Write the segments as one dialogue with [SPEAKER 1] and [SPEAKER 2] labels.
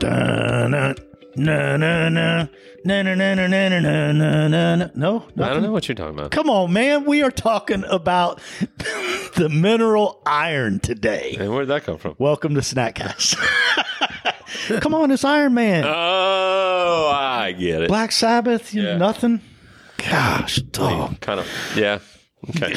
[SPEAKER 1] Da-na, na-na-na, na-na-na-na-na-na-na-na-na. No,
[SPEAKER 2] I don't
[SPEAKER 1] nothing?
[SPEAKER 2] know what you're talking about.
[SPEAKER 1] Come on, man. We are talking about the mineral iron today.
[SPEAKER 2] And where'd that come from?
[SPEAKER 1] Welcome to Snackcast. Come on, it's Iron Man.
[SPEAKER 2] Uh, Oh, I get it.
[SPEAKER 1] Black Sabbath, you
[SPEAKER 2] Yeah.
[SPEAKER 1] nothing. Gosh, dog.
[SPEAKER 2] Kind of. Oh, Yeah. Okay.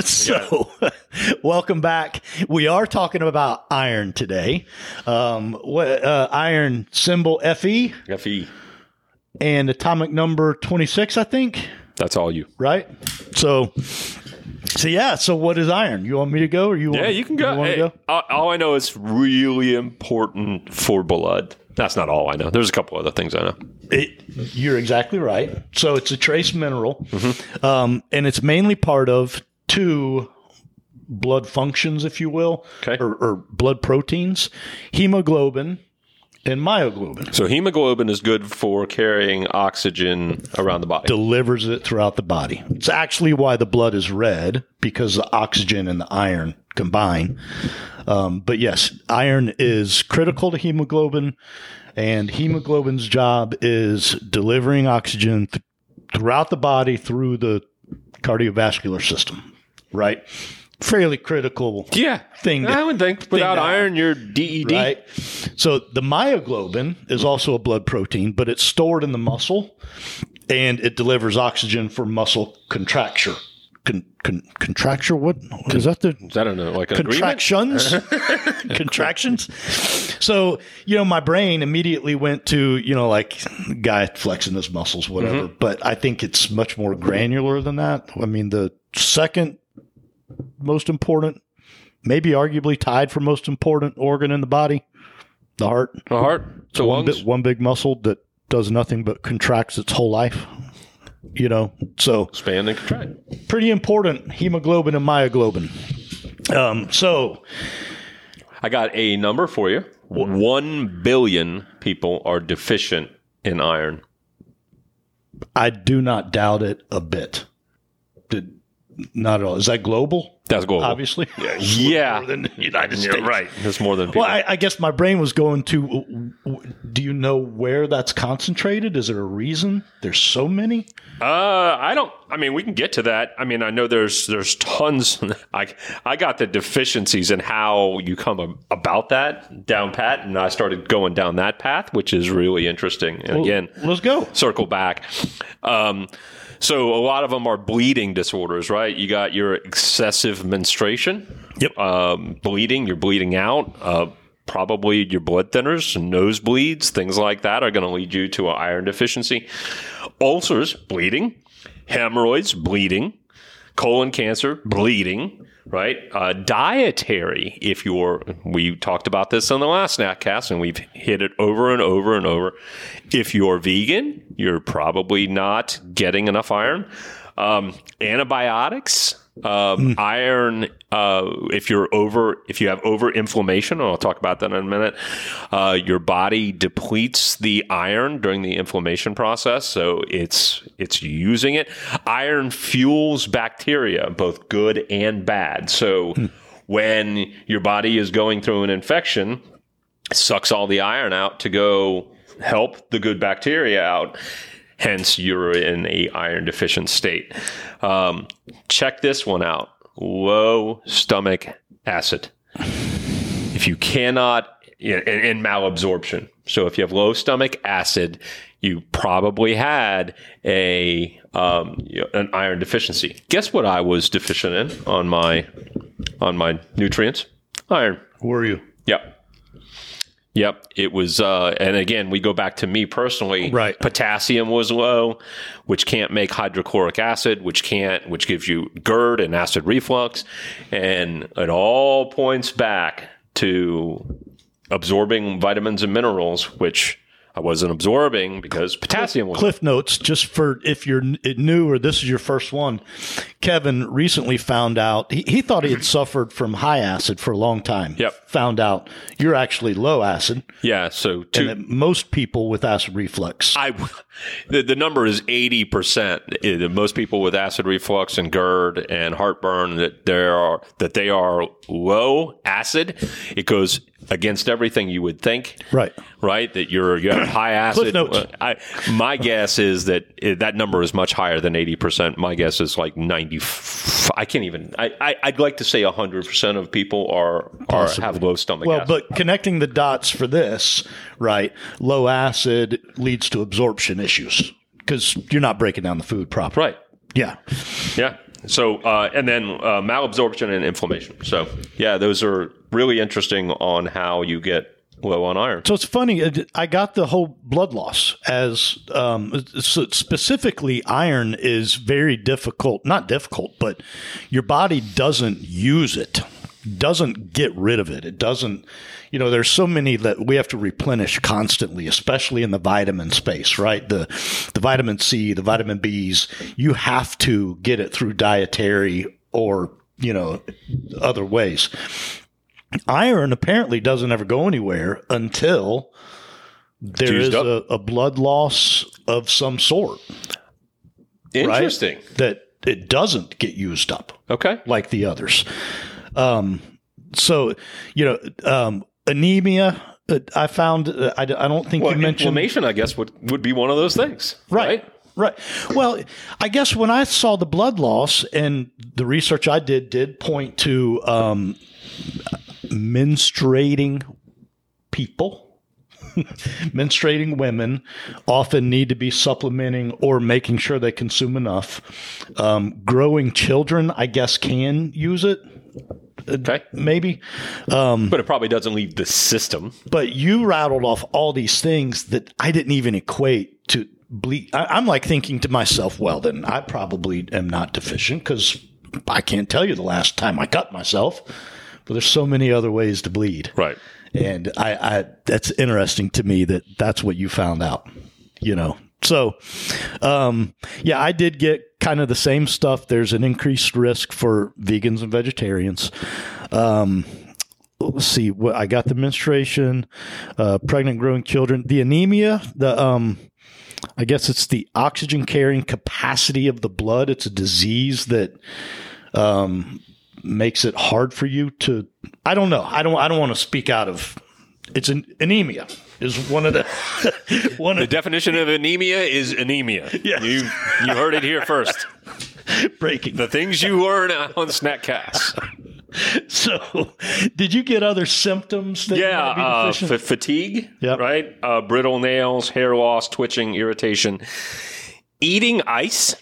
[SPEAKER 1] so, welcome back. We are talking about iron today. Um, what uh, iron symbol Fe
[SPEAKER 2] Fe.
[SPEAKER 1] and atomic number twenty six, I think.
[SPEAKER 2] That's all you.
[SPEAKER 1] Right. So, so yeah. So, what is iron? You want me to go, or you?
[SPEAKER 2] Yeah,
[SPEAKER 1] want,
[SPEAKER 2] you can go.
[SPEAKER 1] want
[SPEAKER 2] Hey,
[SPEAKER 1] to go?
[SPEAKER 2] All, all I know is really important for blood. That's not all I know. There's a couple other things I know.
[SPEAKER 1] It, you're exactly right. So it's a trace mineral,
[SPEAKER 2] Mm-hmm.
[SPEAKER 1] um, and it's mainly part of two blood functions, if you will,
[SPEAKER 2] Okay.
[SPEAKER 1] or, or blood proteins, hemoglobin and myoglobin.
[SPEAKER 2] So hemoglobin is good for carrying oxygen around the body.
[SPEAKER 1] Delivers it throughout the body. It's actually why the blood is red because the oxygen and the iron combine. Um, but yes, iron is critical to hemoglobin, and hemoglobin's job is delivering oxygen th- throughout the body through the cardiovascular system, right? Fairly critical
[SPEAKER 2] yeah.
[SPEAKER 1] thing to-
[SPEAKER 2] I would think without
[SPEAKER 1] to-
[SPEAKER 2] iron, you're E DED.
[SPEAKER 1] right? So the myoglobin is also a blood protein, but it's stored in the muscle and it delivers oxygen for muscle contracture. Con, con, contracture? What is that? The
[SPEAKER 2] I don't know. Like an agreement?
[SPEAKER 1] contractions? contractions? So, you know, my brain immediately went to, you know, like guy flexing his muscles, whatever,
[SPEAKER 2] Mm-hmm.
[SPEAKER 1] but I think it's much more granular than that. I mean, the second most important, maybe arguably tied for most important organ in the body, the heart.
[SPEAKER 2] The heart? The
[SPEAKER 1] One,
[SPEAKER 2] lungs?
[SPEAKER 1] bit, one big muscle that does nothing but contracts its whole life. You know, so
[SPEAKER 2] Expand and contract.
[SPEAKER 1] pretty important hemoglobin and myoglobin. Um, so
[SPEAKER 2] I got a number for you. One billion people are deficient in iron.
[SPEAKER 1] I do not doubt it a bit. Did, not at all. Is that global?
[SPEAKER 2] That's global.
[SPEAKER 1] Obviously.
[SPEAKER 2] Yeah.
[SPEAKER 1] More than the United States.
[SPEAKER 2] right. That's more than people.
[SPEAKER 1] Well, I, I guess my brain was going to. w- w- Do you know where that's concentrated? Is there a reason? There's so many.
[SPEAKER 2] Uh, I don't. I mean, we can get to that. I mean, I know there's there's tons. I I got the deficiencies and how you come ab- about that down pat, and I started going down that path, which is really interesting. And again,
[SPEAKER 1] let's go.
[SPEAKER 2] circle back. Um, so a lot of them are bleeding disorders, right? You got your excessive menstruation.
[SPEAKER 1] Yep.
[SPEAKER 2] Um, bleeding, you're bleeding out. Uh, probably your blood thinners, nosebleeds, things like that are going to lead you to an iron deficiency. Ulcers, bleeding. Hemorrhoids, bleeding. Colon cancer, bleeding. Right, uh, dietary. If you're, we talked about this on the last snackcast, and we've hit it over and over and over. If you're vegan, you're probably not getting enough iron. Um, antibiotics, um, iron. Uh, if you're over, if you have over inflammation, and I'll talk about that in a minute. Uh, your body depletes the iron during the inflammation process, so it's it's using it. Iron fuels bacteria, both good and bad. So when your body is going through an infection, sucks all the iron out to go help the good bacteria out. Hence, you're in a iron deficient state. Um, check this one out: low stomach acid. If you cannot in, in malabsorption, so if you have low stomach acid, you probably had a um, you know, an iron deficiency. Guess what? I was deficient in on my on my nutrients, iron.
[SPEAKER 1] Where are you?
[SPEAKER 2] Yep. Yep. It was, uh, and again, we go back to me personally.
[SPEAKER 1] Right.
[SPEAKER 2] Potassium was low, which can't make hydrochloric acid, which can't, which gives you GERD and acid reflux. And it all points back to absorbing vitamins and minerals, which I wasn't absorbing because potassium was.
[SPEAKER 1] Cliff notes, just for if you're n- it new or this is your first one. Kevin recently found out he, he thought he had suffered from high acid for a long time.
[SPEAKER 2] Yep.
[SPEAKER 1] Found out you're actually low acid,
[SPEAKER 2] Yeah. So two,
[SPEAKER 1] and that most people with acid reflux.
[SPEAKER 2] I the, the number is eighty percent. Eh, Most people with acid reflux and GERD and heartburn that there are that they are low acid. It goes against everything you would think,
[SPEAKER 1] Right.
[SPEAKER 2] right? That you're you have high acid.
[SPEAKER 1] notes.
[SPEAKER 2] I, my guess is that eh, that number is much higher than eighty percent. My guess is like ninety. f- I can't even. I, I I'd like to say hundred percent of people are are have low stomach
[SPEAKER 1] Well,
[SPEAKER 2] acid.
[SPEAKER 1] but connecting the dots for this, right? Low acid leads to absorption issues because you're not breaking down the food properly.
[SPEAKER 2] right,
[SPEAKER 1] Yeah.
[SPEAKER 2] yeah. So uh, and then uh, malabsorption and inflammation. So yeah, those are really interesting on how you get low on iron.
[SPEAKER 1] So it's funny. it- I got the whole blood loss as um, so specifically iron is very difficult. Not difficult, but your body doesn't use it, doesn't get rid of it. It doesn't. You know, there's so many that we have to replenish constantly, especially in the vitamin space, right? The the vitamin C, the vitamin Bs. You have to get it through dietary or you know other ways iron apparently doesn't ever go anywhere until there
[SPEAKER 2] Used
[SPEAKER 1] is
[SPEAKER 2] up.
[SPEAKER 1] a, a blood loss of some sort
[SPEAKER 2] Interesting.
[SPEAKER 1] that it doesn't get used up
[SPEAKER 2] Okay.
[SPEAKER 1] like the others. Um, so, you know, um, anemia, uh, I found, uh, I, I don't think
[SPEAKER 2] Well,
[SPEAKER 1] you mentioned.
[SPEAKER 2] inflammation, I guess, would would be one of those things,
[SPEAKER 1] Right. Right. Well, I guess when I saw the blood loss and the research I did did point to um, menstruating people, menstruating women often need to be supplementing or making sure they consume enough. Um, growing children, I guess, can use it Uh,
[SPEAKER 2] Okay.
[SPEAKER 1] maybe. mm.
[SPEAKER 2] But it probably doesn't leave the system.
[SPEAKER 1] But you rattled off all these things that I didn't even equate to bleed. I, I'm like thinking to myself, well, then I probably am not deficient because I can't tell you the last time I cut myself. But there's so many other ways to bleed,
[SPEAKER 2] Right.
[SPEAKER 1] and I, I that's interesting to me that that's what you found out. You know, so um, yeah, I did get kind of the same stuff. There's an increased risk for vegans and vegetarians let's see what I got the menstruation, uh, pregnant growing children, the anemia, the um I guess it's the oxygen carrying capacity of the blood. It's a disease that um makes it hard for you to I don't know. I don't I don't want to speak out of it's an anemia is one of the one
[SPEAKER 2] The
[SPEAKER 1] of
[SPEAKER 2] definition of anemia is anemia.
[SPEAKER 1] Yes.
[SPEAKER 2] You you heard it here first.
[SPEAKER 1] the breaking.
[SPEAKER 2] The things you learn on Snackcast.
[SPEAKER 1] So, did you get other symptoms that you
[SPEAKER 2] Yeah,
[SPEAKER 1] might be
[SPEAKER 2] uh,
[SPEAKER 1] deficient?
[SPEAKER 2] fa- fatigue,
[SPEAKER 1] Yep.
[SPEAKER 2] right? Uh, brittle nails, hair loss, twitching, irritation. Eating ice.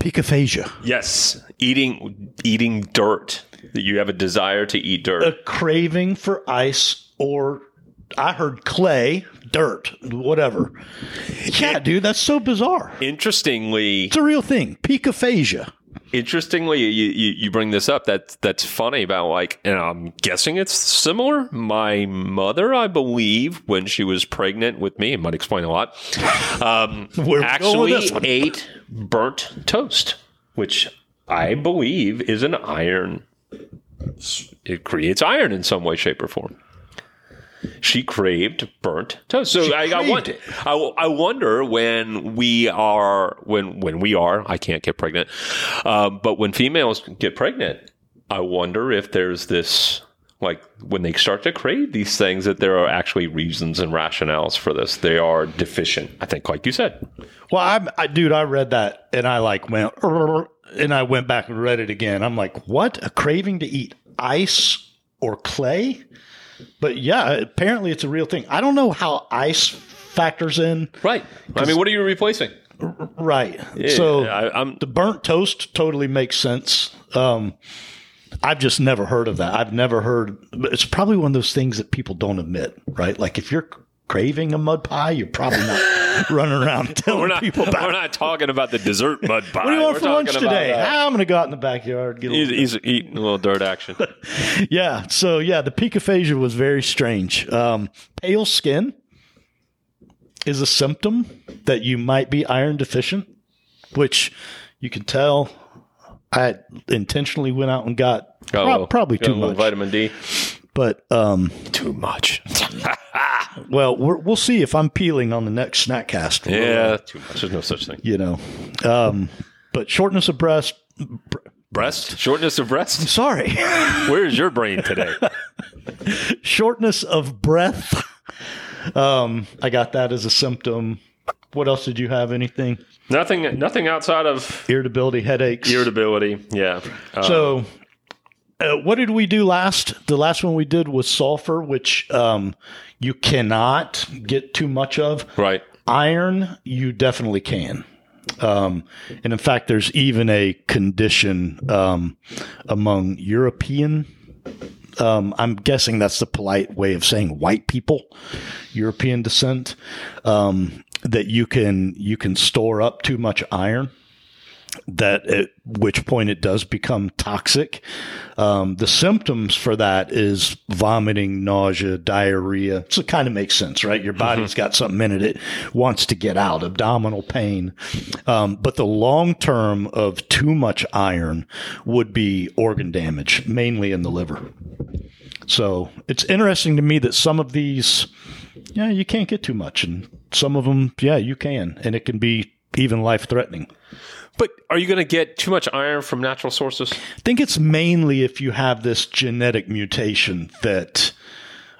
[SPEAKER 1] Picaphagia.
[SPEAKER 2] Yes, eating eating dirt. That you have a desire to eat dirt.
[SPEAKER 1] a craving for ice or I heard clay, dirt, whatever. Yeah, dude, that's so bizarre.
[SPEAKER 2] Interestingly,
[SPEAKER 1] It's a real thing. Picaphagia.
[SPEAKER 2] interestingly you, you, you bring this up that's that's funny about like and i'm guessing it's similar my mother i believe when she was pregnant with me it might explain a lot um,
[SPEAKER 1] Where we going with
[SPEAKER 2] actually
[SPEAKER 1] this one?
[SPEAKER 2] ate burnt toast which i believe is an iron it creates iron in some way shape or form she craved burnt toast. So I, I,
[SPEAKER 1] craved
[SPEAKER 2] want,
[SPEAKER 1] it.
[SPEAKER 2] I, I wonder when we are when when we are. I can't get pregnant, um, but when females get pregnant, I wonder if there's this like when they start to crave these things that there are actually reasons and rationales for this. They are deficient. I think, like you said,
[SPEAKER 1] Well, I'm, I, dude, I read that and I like went, "Rrrr," and I went back and read it again. I'm like, what? A craving to eat ice or clay? But yeah, apparently it's a real thing. I don't know how ice factors in.
[SPEAKER 2] right? I mean, what are you replacing?
[SPEAKER 1] Right. so
[SPEAKER 2] I, I'm
[SPEAKER 1] the burnt toast totally makes sense. Um, I've just never heard of that. I've never heard. but It's probably one of those things that people don't admit, right? Like if you're craving a mud pie, you're probably not running around telling
[SPEAKER 2] we're not
[SPEAKER 1] people about.
[SPEAKER 2] we're not talking about the dessert mud pie.
[SPEAKER 1] what do you want
[SPEAKER 2] We're
[SPEAKER 1] for lunch
[SPEAKER 2] talking about,
[SPEAKER 1] today?
[SPEAKER 2] uh,
[SPEAKER 1] "Ah, I'm going to go out in the backyard. Get a
[SPEAKER 2] He's,
[SPEAKER 1] little.
[SPEAKER 2] he's eating a little dirt action.
[SPEAKER 1] Yeah. So yeah, the picaphagia was very strange. Um, pale skin is a symptom that you might be iron deficient, which you can tell. I intentionally went out and got
[SPEAKER 2] Got a
[SPEAKER 1] prob-
[SPEAKER 2] little-
[SPEAKER 1] probably
[SPEAKER 2] got a
[SPEAKER 1] too
[SPEAKER 2] little
[SPEAKER 1] much,
[SPEAKER 2] Vitamin D.
[SPEAKER 1] but um,
[SPEAKER 2] Too much.
[SPEAKER 1] well, we're, we'll see if I'm peeling on the next snackcast.
[SPEAKER 2] yeah, too much. There's no such thing.
[SPEAKER 1] you know, um, but shortness of breast, br-
[SPEAKER 2] breast, shortness of breast.
[SPEAKER 1] Sorry.
[SPEAKER 2] Where is your brain today?
[SPEAKER 1] Shortness of breath. Um, I got that as a symptom. What else did you have? Anything?
[SPEAKER 2] nothing, nothing outside of
[SPEAKER 1] Irritability, headaches.
[SPEAKER 2] irritability. Yeah. Uh,
[SPEAKER 1] So, uh, what did we do last? The last one we did was sulfur, which um, you cannot get too much of.
[SPEAKER 2] right.
[SPEAKER 1] Iron, you definitely can. Um, and in fact, there's even a condition um, among European. Um, I'm guessing that's the polite way of saying white people, European descent, um, that you can you can store up too much iron. That at which point it does become toxic. Um, the symptoms for that is vomiting, nausea, diarrhea. So it kind of makes sense, right? Your body's got something in it it wants to get out, abdominal pain. Um, but the long term of too much iron would be organ damage, mainly in the liver. So it's interesting to me that some of these, yeah, you can't get too much, and some of them, yeah, you can, and it can be even life threatening.
[SPEAKER 2] But are you going to get too much iron from natural sources?
[SPEAKER 1] I think it's mainly if you have this genetic mutation that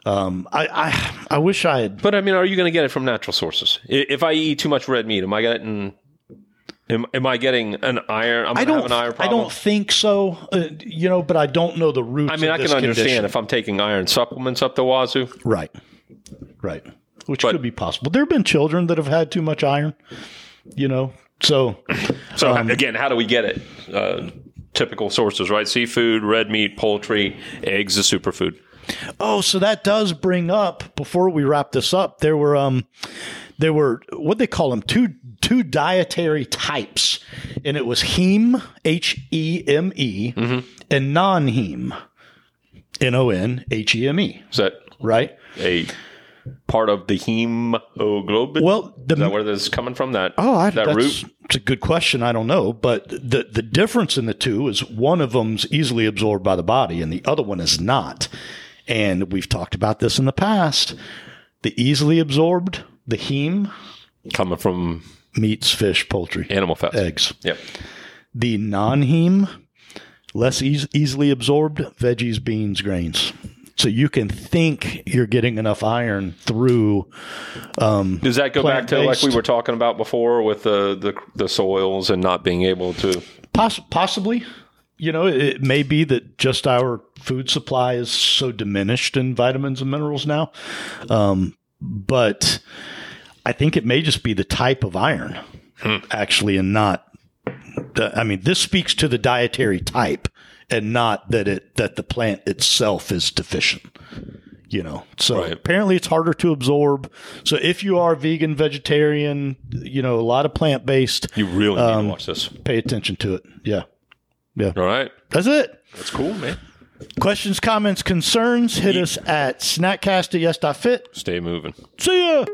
[SPEAKER 1] um, I, I I wish I had
[SPEAKER 2] But I mean, are you going to get it from natural sources? I- If I eat too much red meat, am I getting? Am, am I getting an iron? I'm
[SPEAKER 1] I
[SPEAKER 2] I
[SPEAKER 1] don't.
[SPEAKER 2] have an iron
[SPEAKER 1] I
[SPEAKER 2] problem.
[SPEAKER 1] don't think so. Uh, you know, but I don't know the roots.
[SPEAKER 2] I mean, I can understand if I'm taking iron supplements up the wazoo.
[SPEAKER 1] Right. Right. Which
[SPEAKER 2] But-
[SPEAKER 1] could be possible. There have been children that have had too much iron. You know. So
[SPEAKER 2] So
[SPEAKER 1] Um,
[SPEAKER 2] again, how do we get it? Uh, typical sources, right? Seafood, red meat, poultry, eggs, a superfood.
[SPEAKER 1] oh, so that does bring up before we wrap this up. There were um, there were what they call them two two dietary types, and it was heme h e m e
[SPEAKER 2] Mm-hmm.
[SPEAKER 1] and non heme E, n o n h e m e.
[SPEAKER 2] Is that
[SPEAKER 1] Right.
[SPEAKER 2] a part of the hemoglobin?
[SPEAKER 1] Well, the
[SPEAKER 2] is that where this is coming from? That
[SPEAKER 1] Oh, I,
[SPEAKER 2] that
[SPEAKER 1] that's,
[SPEAKER 2] root.
[SPEAKER 1] It's a good question. I don't know, but the the difference in the two is one of them's easily absorbed by the body, and the other one is not. And we've talked about this in the past. The easily absorbed, the heme,
[SPEAKER 2] coming from
[SPEAKER 1] meats, fish, poultry,
[SPEAKER 2] animal fats.
[SPEAKER 1] eggs.
[SPEAKER 2] Yep.
[SPEAKER 1] The non-heme, less eas easily absorbed, veggies, beans, grains. So you can think you're getting enough iron through
[SPEAKER 2] Does that go back to like we
[SPEAKER 1] Plant-based.
[SPEAKER 2] were talking about before with the, the the soils and not being able to?
[SPEAKER 1] Poss- possibly. You know, it, it may be that just our food supply is so diminished in vitamins and minerals now. Um, but I think it may just be the type of iron,
[SPEAKER 2] Hmm.
[SPEAKER 1] actually, and not. The, I mean, this speaks to the dietary type, and not that it that the plant itself is deficient. You know, so
[SPEAKER 2] Right.
[SPEAKER 1] apparently it's harder to absorb. So if you are vegan, vegetarian, you know, a lot of plant based,
[SPEAKER 2] You really need to watch this.
[SPEAKER 1] pay attention to it. Yeah.
[SPEAKER 2] All right,
[SPEAKER 1] That's it.
[SPEAKER 2] that's cool, man.
[SPEAKER 1] Questions, comments, concerns, hit us at snackcast at yes.fit.
[SPEAKER 2] Stay moving.
[SPEAKER 1] See ya.